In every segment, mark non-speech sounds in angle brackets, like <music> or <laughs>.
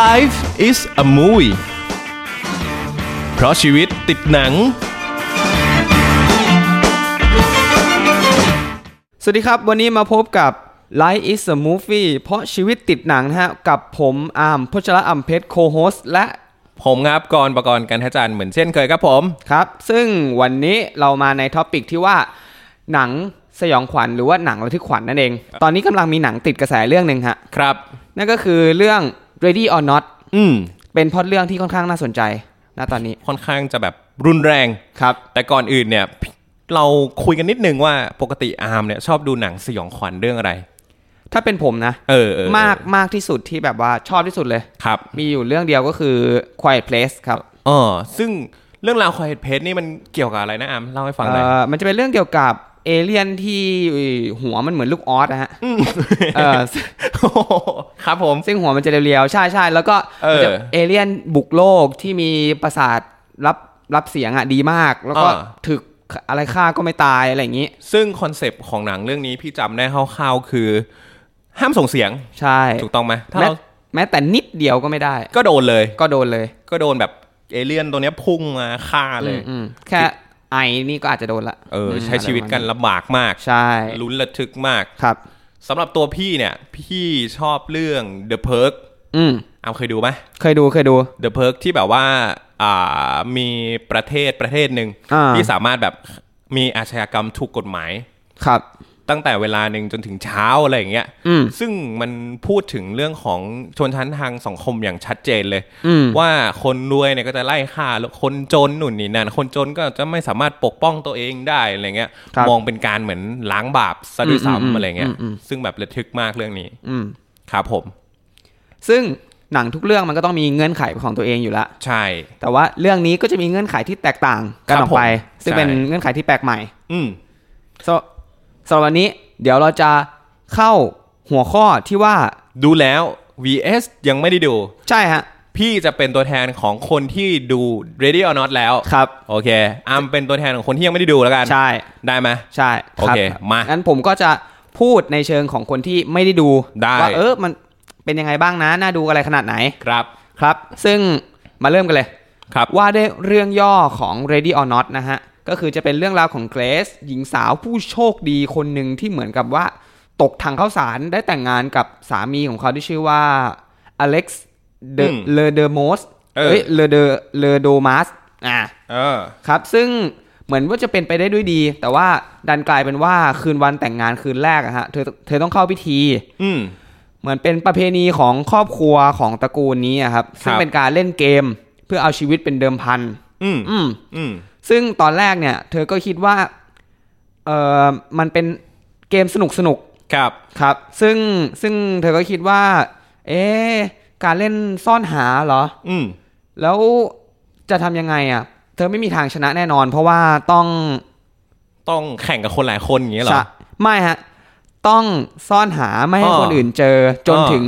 Life is a movie เพราะชีวิตติดหนัง สวัสดีครับ วันนี้มาพบกับ Life is a Movie เพราะชีวิตติดหนังนะฮะ กับผมอาร์มพชระอ่ำเพชรโคโฮสและ ผมครับกรประกรณ์กันทจันทร์เหมือนเช่นเคยครับผม ครับ ซึ่งวันนี้เรามาในท็อปิกที่ว่า หนังสยองขวัญหรือว่าหนังระทึกขวัญนั่นเอง ตอนนี้กำลังมีหนังติดกระแสเรื่องหนึ่งฮะ ครับ นั่นก็คือเรื่อง Ready or Not อืม เป็นพล็อดเรื่องที่ค่อนข้างน่าสนใจนะตอนนี้ ค่อนข้างจะแบบรุนแรง ครับ แต่ก่อนอื่นเนี่ย เราคุยกันนิดนึงว่าปกติอาร์มเนี่ยชอบดูหนังสยองขวัญเรื่องอะไร ถ้าเป็นผมนะ เออเออเออ มากมากที่สุดที่แบบว่าชอบที่สุดเลย ครับ มีอยู่เรื่องเดียวก็คือ Quiet Place ครับ อ๋อซึ่งเรื่องราวควายเพจนี่มันเกี่ยวกับอะไรนะอาร์มเล่าให้ฟังหน่อย เอ่อมันจะเป็นเรื่องเกี่ยวกับเอเลี่ยนที่หัวมันเหมือนลูกออสนะฮะเออซึ่ง ครับผม ซึ่งหัวมันจะเรียวๆ ใช่ใช่แล้วก็ เออ มันจะเอเลี่ยนบุกโลกที่มีประสาทรับรับเสียงอ่ะดีมาก แล้วก็ อ่า ถึกอะไรฆ่าก็ไม่ตายอะไรอย่างนี้ ซึ่งคอนเซปต์ของหนังเรื่องนี้พี่จำได้คร่าวๆคือ ห้ามส่งเสียง ใช่ ถูกต้องไหมถ้า แม้ เรา แม้แต่นิดเดียวก็ไม่ได้ ก็โดนเลย ก็โดนเลย ก็โดนแบบเอเลี่ยนตัวเนี้ยพุ่งมาฆ่าเลย อืมแค่ไอนี่ก็อาจจะโดนละ เออ ม ใช้ชีวิตกันลำบากมาก ใช่ ลุ้นระทึกมาก ครับ สำหรับตัวพี่เนี่ย พี่ชอบเรื่อง The Perk อืม อามเคยดูไหม เคยดูเคยดู The Perk ที่แบบว่าอ่ามีประเทศประเทศหนึ่ง อ่า ที่สามารถแบบมีอาชญากรรมถูกกฎหมาย ครับ ตั้งแต่เวลาหนึ่งจนถึงเช้าอะไรอย่างเงี้ย อืม ซึ่งมันพูดถึงเรื่องของชนชั้นทางสังคมอย่างชัดเจนเลย อืม ว่าคนรวยเนี่ยก็จะไล่ฆ่าแล้วคนจนหนุนนี่นั่นคนจนก็จะไม่สามารถปกป้องตัวเองได้อะไรเงี้ย ครับ มองเป็นการเหมือนล้างบาปซะด้วย อืมอืม ซ้ำอะไรเงี้ย อืมอืม ซึ่งแบบระทึกมากเรื่องนี้ อืม ครับผม ซึ่งหนังทุกเรื่องมันก็ต้องมีเงื่อนไขของตัวเองอยู่ละ ใช่ แต่ว่าเรื่องนี้ก็จะมีเงื่อนไขที่แตกต่างกันออกไป ครับผม ซึ่งเป็น ใช่ เงื่อนไขที่แปลกใหม่ อืม สำสำหรับวันนี้เดี๋ยวเราจะเข้าหัวข้อที่ว่า ดูแล้ว vs ยังไม่ได้ดู ใช่ฮะ พี่จะเป็นตัวแทนของคนที่ดู ready or not แล้ว ครับ โอเคอามเป็นตัวแทนของคนที่ยังไม่ได้ดูแล้วกัน ใช่ ได้ไหม ใช่ โอเค ครับ มางั้ นผมก็จะพูดในเชิงของคนที่ไม่ได้ดู ได้ ว่าเออมันเป็นยังไงบ้างนะน่าดูอะไรขนาดไหน ครับ ครับ ซึ่งมาเริ่มกันเลย ครับ ว่าด้วยเรื่องย่อของ Ready or Not นะฮะ ก็คือจะเป็นเรื่องราวของเกรซหญิงสาวผู้โชคดีคนหนึ่งที่เหมือนกับว่า ตกทางข้าวสารได้แต่งงานกับสามีของเขาที่ชื่อว่าอเล็กซ์เด อืม เลเดอร์มส เออ เอ้ยเลเดอเลโดมัสอ่ะ เออ ครับ ซึ่งเหมือนว่าจะเป็นไปได้ด้วยดี แต่ว่าดันกลายเป็นว่าคืนวันแต่งงานคืนแรกอะฮะเธอเธอต้องเข้าพิธี อืม เหมือนเป็นประเพณีของครอบครัวของตระกูลนี้อะครับซึ่ง ครับ เป็นการเล่นเกมเพื่อเอาชีวิตเป็นเดิมพัน อืม อืม อืม ซึ่งตอนแรกเนี่ย เธอก็คิดว่า เออมันเป็นเกมสนุกสนุก ครับ ๆครับ ซึ่งซึ่งเธอก็คิดว่า เอ๊ะการเล่นซ่อนหาเหรอ อืม แล้วจะทำยังไงอะ่ะ เธอไม่มีทางชนะแน่นอน เพราะว่าต้อง ต้องแข่งกับคนหลายคนอย่างเงี้ยเหรอ ชะไม่ฮะ ต้องซ่อนหาไม่ให้ อ้อ คนอื่นเจอจน อ้อ ถึง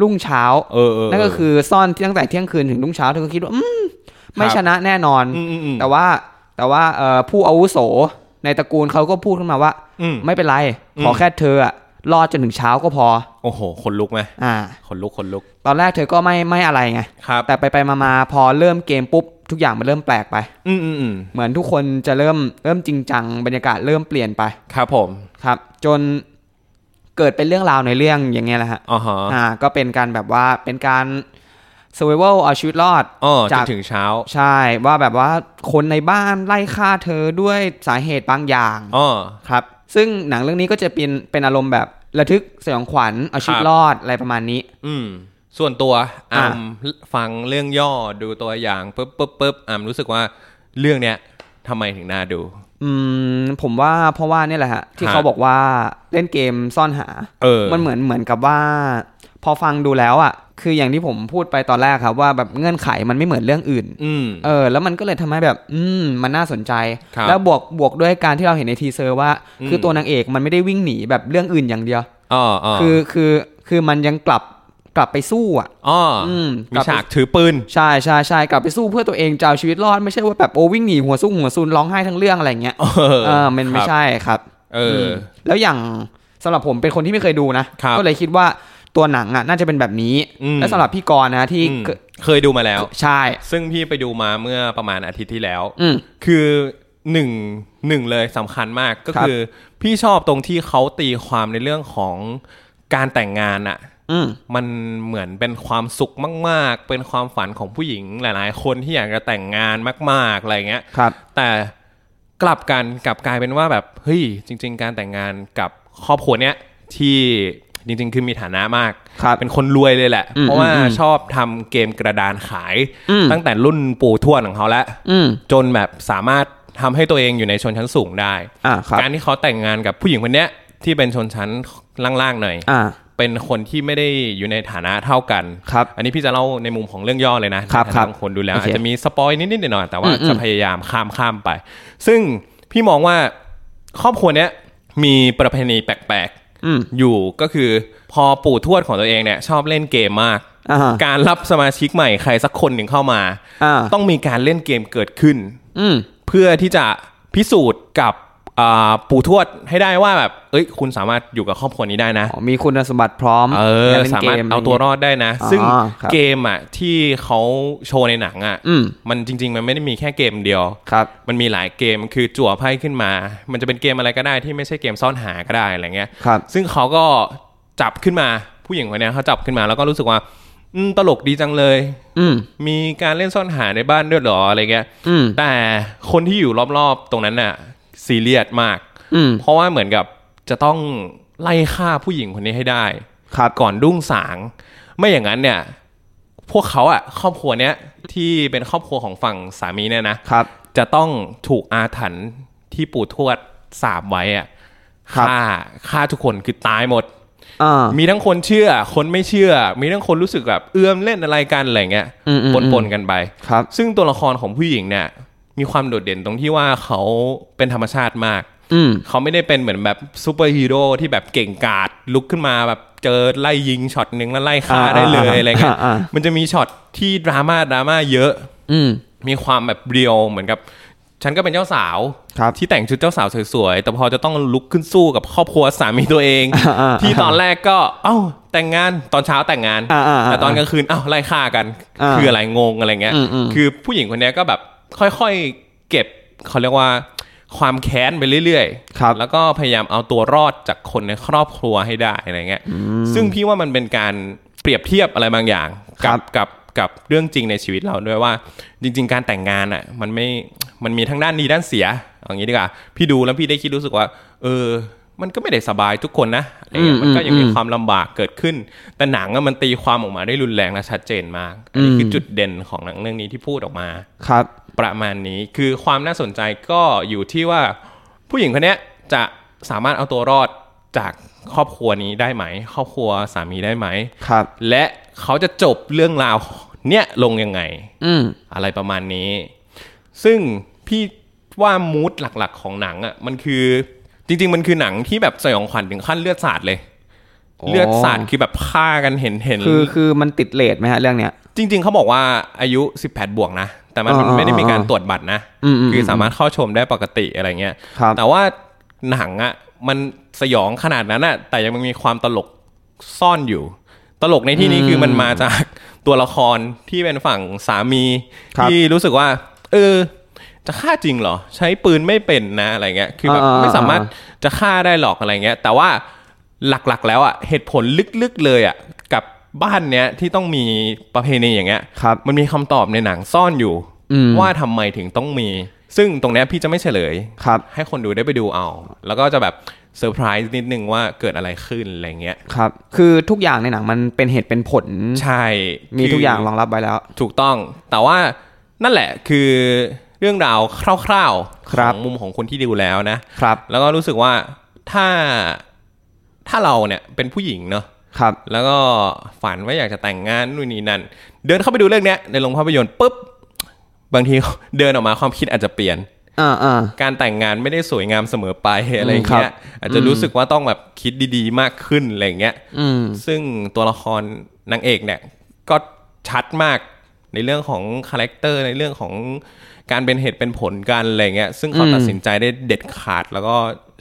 รุ่งเช้า เออเออเ นั่นก็คือซ่อนตั้งแต่เที่ยงคืนถึงรุ่งเช้า เธอก็คิดว่า อืม ไม่ ครับ ชนะแน่นอน มอืมอืม แต่ว่าแต่ว่าเอ่อผู้อาวุโสในตระกูลเขาก็พูดขึ้นมาว่า อืม ไม่เป็นไร อืม ขอแค่เธออะรอดจนถึงเช้าก็พอ โอ้โหขนลุกไหม อ่า ขนลุกขนลุก ตอนแรกเธอก็ไม่ไม่อะไรไง ครับ แต่ไปไปมามาพอเริ่มเกมปุ๊บ ทุกอย่างมันเริ่มแปลกไป อืมอืมอืม เหมือนทุกคนจะเริ่มเริ่มจริงจังบรรยากาศเริ่มเปลี่ยนไป ครับผม ครับ จนเกิดเป็นเรื่องราวในเรื่องอย่างเงี้ยแหละฮะ อ๋อฮะ อ่า ก็เป็นการแบบว่าเป็นการ survival เอาชีวิตรอด อ๋อจ จาก นถึงเช้า ใช่ว่าแบบว่าคนในบ้านไล่ฆ่าเธอด้วยสาเหตุบางอย่าง อ๋อ ครับซึ่งหนังเรื่องนี้ก็จะเป็นเป็นอารมณ์แบบระทึกสยองขวัญเอาชีวิ ค ต รับ รอดอะไรประมาณนี้ อืม ส่วนตัว อ่ะ อามฟังเรื่องย่อดูตัวอย่างปุ๊บปุ๊บปุ๊บอามรู้สึกว่าเรื่องเนี้ยทำไมถึงน่าดู อืมผมว่าเพราะว่าเนี่ยแหละฮะที่ ครับ เขาบอกว่าเล่นเกมซ่อนหา เออ มันเหมือนเหมือนกับว่า พอฟังดูแล้วอ่ะคืออย่างที่ผมพูดไปตอนแรกครับว่าแบบเงื่อนไขมันไม่เหมือนเรื่องอื่น อืม เออแล้วมันก็เลยทำให้แบบ อืมมันน่าสนใจ ครับ แล้วบวกบวกด้วยการที่เราเห็นในทีเซอร์ว่า อืม คือตัวนางเอกมันไม่ได้วิ่งหนีแบบเรื่องอื่นอย่างเดียว อ๋ออ๋อ คือคือคือมันยังกลับกลับไปสู้อ่ะ อ๋ออ ม มี กลับไป ฉากถือปืน ใช่ใช่ใช่กลับไปสู้เพื่อตัวเองจะเอาชีวิตรอดไม่ใช่ว่าแบบโอ้วิ่งหนีหัวสู้หัวซุนร้องไห้ทั้งเรื่องอะไรอย่างเงี้ย เออ เออมันคไม่รับ ใช่ครับ เอออ มแล้วอย่างสำหรับผมเป็นคนที่ไม่เคยดูนะ ครับ ก็เลยคิดว่า ตัวหนังอ่ะน่าจะเป็นแบบนี้ อืม และสำหรับพี่กรณ์นะที่ อืม เกิด เคยดูมาแล้ว ใช่ ซึ่งพี่ไปดูมาเมื่อประมาณอาทิตย์ที่แล้ว อืม คือหนึ่งหนึ่งเลยสำคัญมากก็ ครับ คือ พี่ชอบตรงที่เขาตีความในเรื่องของการแต่งงานอะ อืม มันเหมือนเป็นความสุขมาก ๆ เป็นความฝันของผู้หญิงหลาย ๆ คนที่อยากจะแต่งงานมาก ๆอะไรเงี้ย ครับ แต่กลับกันกลับกลายเป็นว่าแบบเฮ้ยจริง ๆ การแต่งงานกับครอบครัวเนี้ยที่จริง ๆ คือมีฐานะมาก ครับ เป็นคนรวยเลยแหละ อืม เพราะว่า อืมอืม ชอบทำเกมกระดานขาย อืม ตั้งแต่รุ่นปู่ทวดของเขาแล้ว อืม จนแบบสามารถทำให้ตัวเองอยู่ในชนชั้นสูงได้ อ่าครับ การที่เขาแต่งงานกับผู้หญิงคนเนี้ยที่เป็นชนชั้นล่างๆหน่อย อ่า เป็นคนที่ไม่ได้อยู่ในฐานะเท่ากัน ครับ อันนี้พี่จะเล่าในมุมของเรื่องย่อเลยนะครับ ใน ครั ทา บ งของคนดูแล้ว โอเค อาจจะมีสปอยนิดๆหน่อยๆแต่ว่า อืมอืม จะพยายามข้ามข้ามไป ซึ่งพี่มองว่าครอบครัวเนี้ยมีประเพณีแปลก อืม ๆ อยู่ก็คือพอปู่ทวดของตัวเองเนี่ยชอบเล่นเกมมาก อ่าฮะ การรับสมาชิกใหม่ใครสักคนหนึ่งเข้ามา อ่า ต้องมีการเล่นเกมเกิดขึ้น อืม เพื่อที่จะพิสูจน์กับอ่าปู่ทวดให้ได้ว่าแบบเอ้ย คุณสามารถอยู่กับครอบครัวนี้ได้นะ อ๋อมีคุณสมบัติพร้อม เออ กล่น สามารถ กม เอาตัวรอดได้นะ ซึ่ง อ๋อครับ เกมอ่ะที่เขาโชว์ในหนังอ่ะ อืม มันจริง ๆ มันไม่ได้มีแค่เกมเดียว ครับ มันมีหลายเกมคือจั่วไพ่ขึ้นมา มันจะเป็นเกมอะไรก็ได้ที่ไม่ใช่เกมซ่อนหาก็ได้อะไรเงี้ย ครับ ซึ่งเขาก็จับขึ้นมาผู้หญิงคนเนี้ยเขาจับขึ้นมาแล้วก็รู้สึกว่าอืมตลกดีจังเลย อืม มีการเล่นซ่อนหาในบ้านด้วยเหรออะไรเงี้ย อืม แต่คนที่อยู่รอบๆ ตรงนั้นน่ะซีเรียสมาก อืม เพราะว่าเหมือนกับจะต้องไล่ฆ่าผู้หญิงคนนี้ให้ได้ ครับ ก่อนรุ่งสาง ไม่อย่างนั้นเนี่ย พวกเขาอะครอบครัวเนี้ยที่เป็นครอบครัวของฝั่งสามีเนี่ยนะครับ จะต้องถูกอาถรรพ์ที่ปู่ทวดสาบไว้อะ ครับ ฆ่าฆ่าทุกคนคือตายหมด อ่า มีทั้งคนเชื่อ คนไม่เชื่อ มีทั้งคนรู้สึกแบบเอื้อมเล่นอะไรกันอะไรเงี้ย อืมอืมอืม ปนๆกันไป ครับ ซึ่งตัวละครของผู้หญิงเนี่ย มีความโดดเด่นตรงที่ว่าเขาเป็นธรรมชาติมาก อืม เขาไม่ได้เป็นเหมือนแบบซูเปอร์ฮีโร่ที่แบบเก่งกาจลุกขึ้นมาแบบเจอไล่ยิงช็อตหนึ่งแล้วไล่ฆ่าได้เลยอะไรเงี้ย าา มันจะมีช็อตที่ดราม่าดราม่าเยอะ อืม มีความแบบเรียวเหมือนกับ ฉันก็เป็นเจ้าสาว ครับ ที่แต่งชุดเจ้าสาวสวยๆแต่พอจะต้องลุกขึ้นสู้กับครอบครัวสามีตัวเอง อ่าอ่า ที่ตอนแรกก็ เอ้า แต่งงานตอนเช้าแต่งงาน อ่าอ่า แต่ตอนก า ลางคืนอ้าวไล่ฆ่ากัน อ่า คืออะไรงงอะไรเงี้ย อืมอืม คือผู้หญิงคนเนี้ยก็แบบค่อยๆเก็บเขาเรียกว่าความแค้นไปเรื่อยๆ ครับ แล้วก็พยายามเอาตัวรอดจากคนในครอบครัวให้ได้อะไรเงี้ย ซึ่งพี่ว่ามันเป็นการเปรียบเทียบอะไรบางอย่าง ครั กับ บกับกับเรื่องจริงในชีวิตเราด้วยว่า จริง ๆ การแต่งงานอ่ะมันไม่มันมีทั้งด้านดีด้านเสียเอางี้ดีกว่าพี่ดูแล้วพี่ได้คิดรู้สึกว่า เออ มันก็ไม่ได้สบายทุกคนนะอะไรเงี้ยมันก็ยังมี ความลำบากเกิดขึ้น แต่หนังอะมันตีความออกมาได้รุนแรงและชัดเจนมากอันนี้คือจุดเด่นของหนังเรื่องนี้ที่พูดออกมา ครับ ประมาณนี้คือความน่าสนใจก็อยู่ที่ว่า ผู้หญิงคนเนี้ยจะสามารถเอาตัวรอดจากครอบครัวนี้ได้ไหม ครอบครัวสามีได้ไหม ครับ และเขาจะจบเรื่องราวเนี้ยลงยังไง อืม อะไรประมาณนี้ ซึ่งพี่ว่ามูดหลักๆของหนังอ่ะมันคือจริง ๆ มันคือหนังที่แบบสยองขวัญถึงขั้นเลือดสาดเลย โอ้ เลือดสาดคือแบบฆ่ากันเห็นเห็นๆ คือคือมันติดเลทไหมฮะเรื่องเนี้ย จริง ๆ เขาบอกว่าอายุ 18 บวกนะ แต่มัน อ่าๆๆ ไม่ได้มีการตรวจบัตรนะ อืมๆ คือสามารถเข้าชมได้ปกติอะไรเงี้ย ครับ แต่ว่าหนังอ่ะมันสยองขนาดนั้นอ่ะแต่ยังมีความตลกซ่อนอยู่ ตลกในที่นี้คือมันมาจาก ตัวละครที่เป็นฝั่งสามี ครับ ที่รู้สึกว่า เออ จะฆ่าจริงเหรอ ใช้ปืนไม่เป็นนะอะไรเงี้ยคือแบบ อ่าๆๆ ไม่สามารถจะฆ่าได้หรอกอะไรเงี้ย แต่ว่าหลักๆ แล้วอ่ะเหตุผลลึกๆเลยอ่ะกับบ้านเนี้ยที่ต้องมีประเพณีอย่างเงี้ย ครับ มันมีคำตอบในหนังซ่อนอยู่ อืม ว่าทำไมถึงต้องมี ซึ่งตรงเนี้ยพี่จะไม่เฉลย ครับ ให้คนดูได้ไปดูเอา แล้วก็จะแบบเซอร์ไพรส์นิดนึงว่าเกิดอะไรขึ้นอะไรเงี้ย ครับ คือทุกอย่างในหนังมันเป็นเหตุเป็นผล ใช่ มี คื ทุกอย่างรองรับไว้แล้ว ถูกต้อง แต่ว่านั่นแหละคือเรื่องราวคร่าวๆ ครับ ของมุมของคนที่ดูแล้วนะ ครับ แล้วก็รู้สึกว่าถ้าถ้าเราเนี่ยเป็นผู้หญิงเนาะ ครับ แล้วก็ฝันว่าอยากจะแต่งงานนู่นนี่นั่น เดินเข้าไปดูเรื่องเนี้ยในโรงภาพยนตร์ปุ๊บ บางที <laughs> เดินออกมาความคิดอาจจะเปลี่ยน อ่าอ่า การแต่งงานไม่ได้สวยงามเสมอไป <laughs> อะไรอย่าง ครั เงี้ย บ อาจจะรู้สึกว่าต้องแบบคิดดีๆ มากขึ้นอะไรอย่างเงี้ย อืม ซึ่งตัวละครนางเอกเนี่ยก็ชัดมากในเรื่องของคาแรคเตอร์ในเรื่องของการเป็นเหตุเป็นผลกันอะไรเงี้ยซึ่งเขา อืม ตัดสินใจได้เด็ดขาดแล้วก็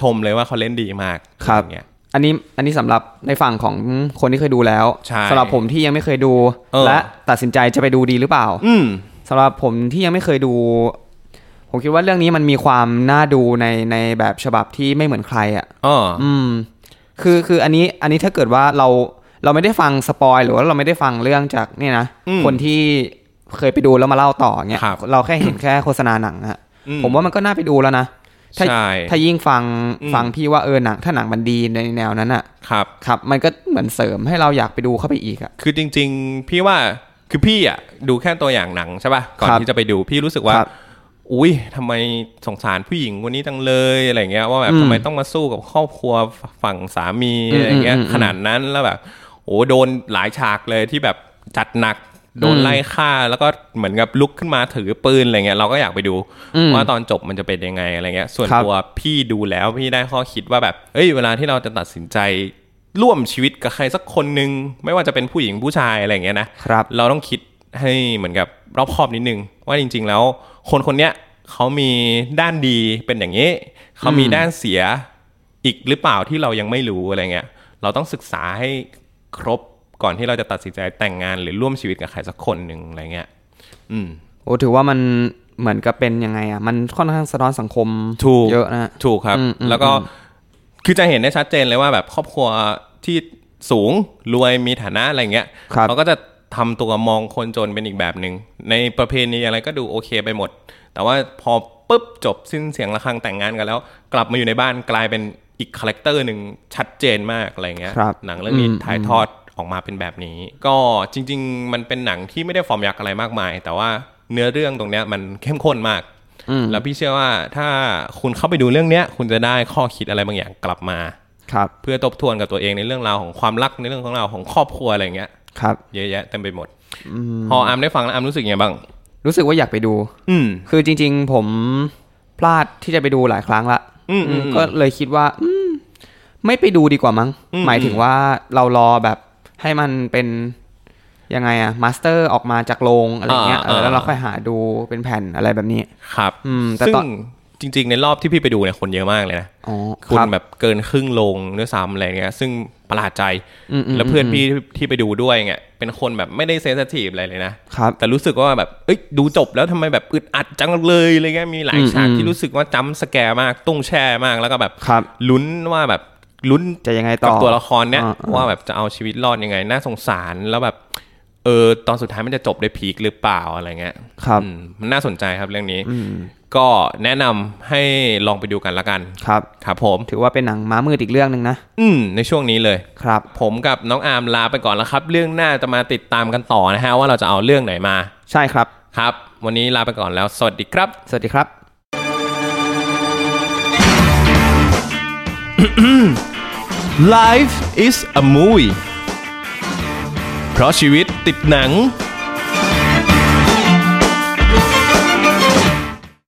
ชมเลยว่าเขาเล่นดีมาก ครับ อย่างเงี้ย อันนี้อันนี้สำหรับในฝั่งของคนที่เคยดูแล้ว ใช่ สำหรับผมที่ยังไม่เคยดู เออ และตัดสินใจจะไปดูดีหรือเปล่า อืม สำหรับผมที่ยังไม่เคยดู ผมคิดว่าเรื่องนี้มันมีความน่าดูในในแบบฉบับที่ไม่เหมือนใครอ่ะ อ๋อ อืม คือคืออันนี้อันนี้ถ้าเกิดว่าเราเราไม่ได้ฟังสปอยหรือว่าเราไม่ได้ฟังเรื่องจากเนี่ยนะคนที่เคยไปดูแล้วมาเล่าต่อเนี่ย ครับ เราแค่เห็น แค่โฆษณาหนังอะ อืม ผมว่ามันก็น่าไปดูแล้วนะถ้า ใช่ ถ้ายิ่งฟัง อืม ฟังพี่ว่าเออหนังถ้าหนังมันดีในแนวนั้นอะ ครับ ครับ มันก็เหมือนเสริมให้เราอยากไปดูเข้าไปอีกอะ คือจริง ๆ พี่ว่าคือพี่อ่ะดูแค่ตัวอย่างหนังใช่ป่ะก่อน ครับ ที่จะไปดูพี่รู้สึกว่า ครับ อุ้ยทำไมสงสารผู้หญิงคนนี้จังเลยอะไรเงี้ยว่าแบบ อืม ทำไมต้องมาสู้กับครอบครัวฝั่งสามี อืม อะไรเงี้ย อืมอืม ขนาดนั้นแล้วแบบโอ้โดนหลายฉากเลยที่แบบจัดหนักโดน อืม ไล่ฆ่าแล้วก็เหมือนกับลุกขึ้นมาถือปืนอะไรเงี้ยเราก็อยากไปดู อืม ว่าตอนจบมันจะเป็นยังไงอะไรเงี้ย ส่วน ครับ ตัวพี่ดูแล้วพี่ได้ข้อคิดว่าแบบเอ้ยเวลาที่เราจะตัดสินใจร่วมชีวิตกับใครสักคนหนึ่งไม่ว่าจะเป็นผู้หญิงผู้ชายอะไรอย่างเงี้ยนะ ครับ เราต้องคิดให้เหมือนกับรอบคอบนิดนึง ว่าจริง ๆ แล้ว คนคนเนี้ยเขามีด้านดีเป็นอย่างนี้ เขามีด้านเสียอีกหรือเปล่าที่เรายังไม่รู้อะไรเงี้ยเราต้องศึกษาให้ครบก่อนที่เราจะตัดสินใจแต่งงานหรือร่วมชีวิตกับใครสักคนหนึ่งอะไรเงี้ยอืม โอ้ถือว่ามันเหมือนกับเป็นยังไงอะมันค่อนข้างสะท้อนสังคม ถูก เยอะนะ ถูกครับ อืมอืม แล้วก็คือจะเห็นได้ชัดเจนเลยว่าแบบครอบครัวที่สูงรวยมีฐานะอะไรเงี้ย ครับ เขาก็จะทำตัวมองคนจนเป็นอีกแบบหนึ่งในประเพณีอะไรก็ดูโอเคไปหมด แต่ว่าพอปุ๊บจบสิ้นเสียงะระฆังแต่งงานกันแล้ว กลับมาอยู่ในบ้านกลายเป็นอีกคาแรคเตอร์หนึ่งชัดเจนมากอะไรเงี้ย ครับ หนังเรื่องนี้ถ่ายทอดออกมาเป็นแบบนี้ ก็จริง ๆ มันเป็นหนังที่ไม่ได้ฟอร์มยักษ์อะไรมากมาย แต่ว่าเนื้อเรื่องตรงเนี้ยมันเข้มข้นมาก แล้วพี่เชื่อว่าถ้าคุณเข้าไปดูเรื่องเนี้ย คุณจะได้ข้อคิดอะไรบางอย่างกลับมา ครับ เพื่อทบทวนกับตัวเองในเรื่องราวของความรักในเรื่องของเราวของครอบครัวอะไรอย่างเงี้ย ครับ เยอะแยะเต็มไปหมดพออามได้ฟังแล้วอามรู้สึกยังไงบ้าง รู้สึกว่าอยากไปดู อืม คือจริง ๆ ผมพลาดที่จะไปดูหลายครั้งละ อืมอืมอืม ก็เลยคิดว่า อืม ไม่ไปดูดีกว่ามั้ง อืม หมายถึงว่าเรารอแบบให้มันเป็นยังไงอะมาสเตอร์ออกมาจากโรงอะไรเงี้ยเออแล้วเราค่อยหาดูเป็นแผ่นอะไรแบบนี้ ครับ อืมแต่ ซึ่ง ตอน จริง ๆ ในรอบที่พี่ไปดูเนี่ยคนเยอะมากเลยนะ อ๋อ คุณ รับ แบบเกินครึ่งลงด้วยซ้ำอะไรเงี้ย ซึ่งประหลาดใจ อืมอืม แล้วเพื่อนพี่ที่ไปดูด้วยเงี้ยเป็นคนแบบไม่ได้เซนสทีฟอะไรเลยนะ ครับ แต่รู้สึกว่าแบบเอ้ยดูจบแล้วทำไมแบบอึดอัดจังเลยอะไรเงี้ยมีหลาย อืม ฉาก อืม ที่รู้สึกว่าจำสแกร์มากตุ้งแช่มากแล้วก็แบบ ครับ ลุ้นว่าแบบลุ้น จะยังไงต่ กับ อ ตัวละครเนี้ย อ่าอ่า ว่าแบบจะเอาชีวิตรอดยังไง น่าสงสารแล้วแบบเออตอนสุดท้ายมันจะจบได้วยพีคหรือเปล่าอะไรเงี้ย ครับ อืมมันน่าสนใจครับเรื่องนี้ก็แนะนำให้ลองไปดูกันละกัน ครับ ครับผม ถือว่าเป็นหนังม้ามืดอีกเรื่องหนึ่งนะ อืมในช่วงนี้เลย ครับ ผมกับน้องอาร์มลาไปก่อนแล้วครับ เรื่องหน้าจะมาติดตามกันต่อนะฮะว่าเราจะเอาเรื่องไหนมา ใช่ครับ ครับ วันนี้ลาไปก่อนแล้ว สวัสดีครับ สวัสดีครับ Life is a movie เพราะชีวิตติดหนัง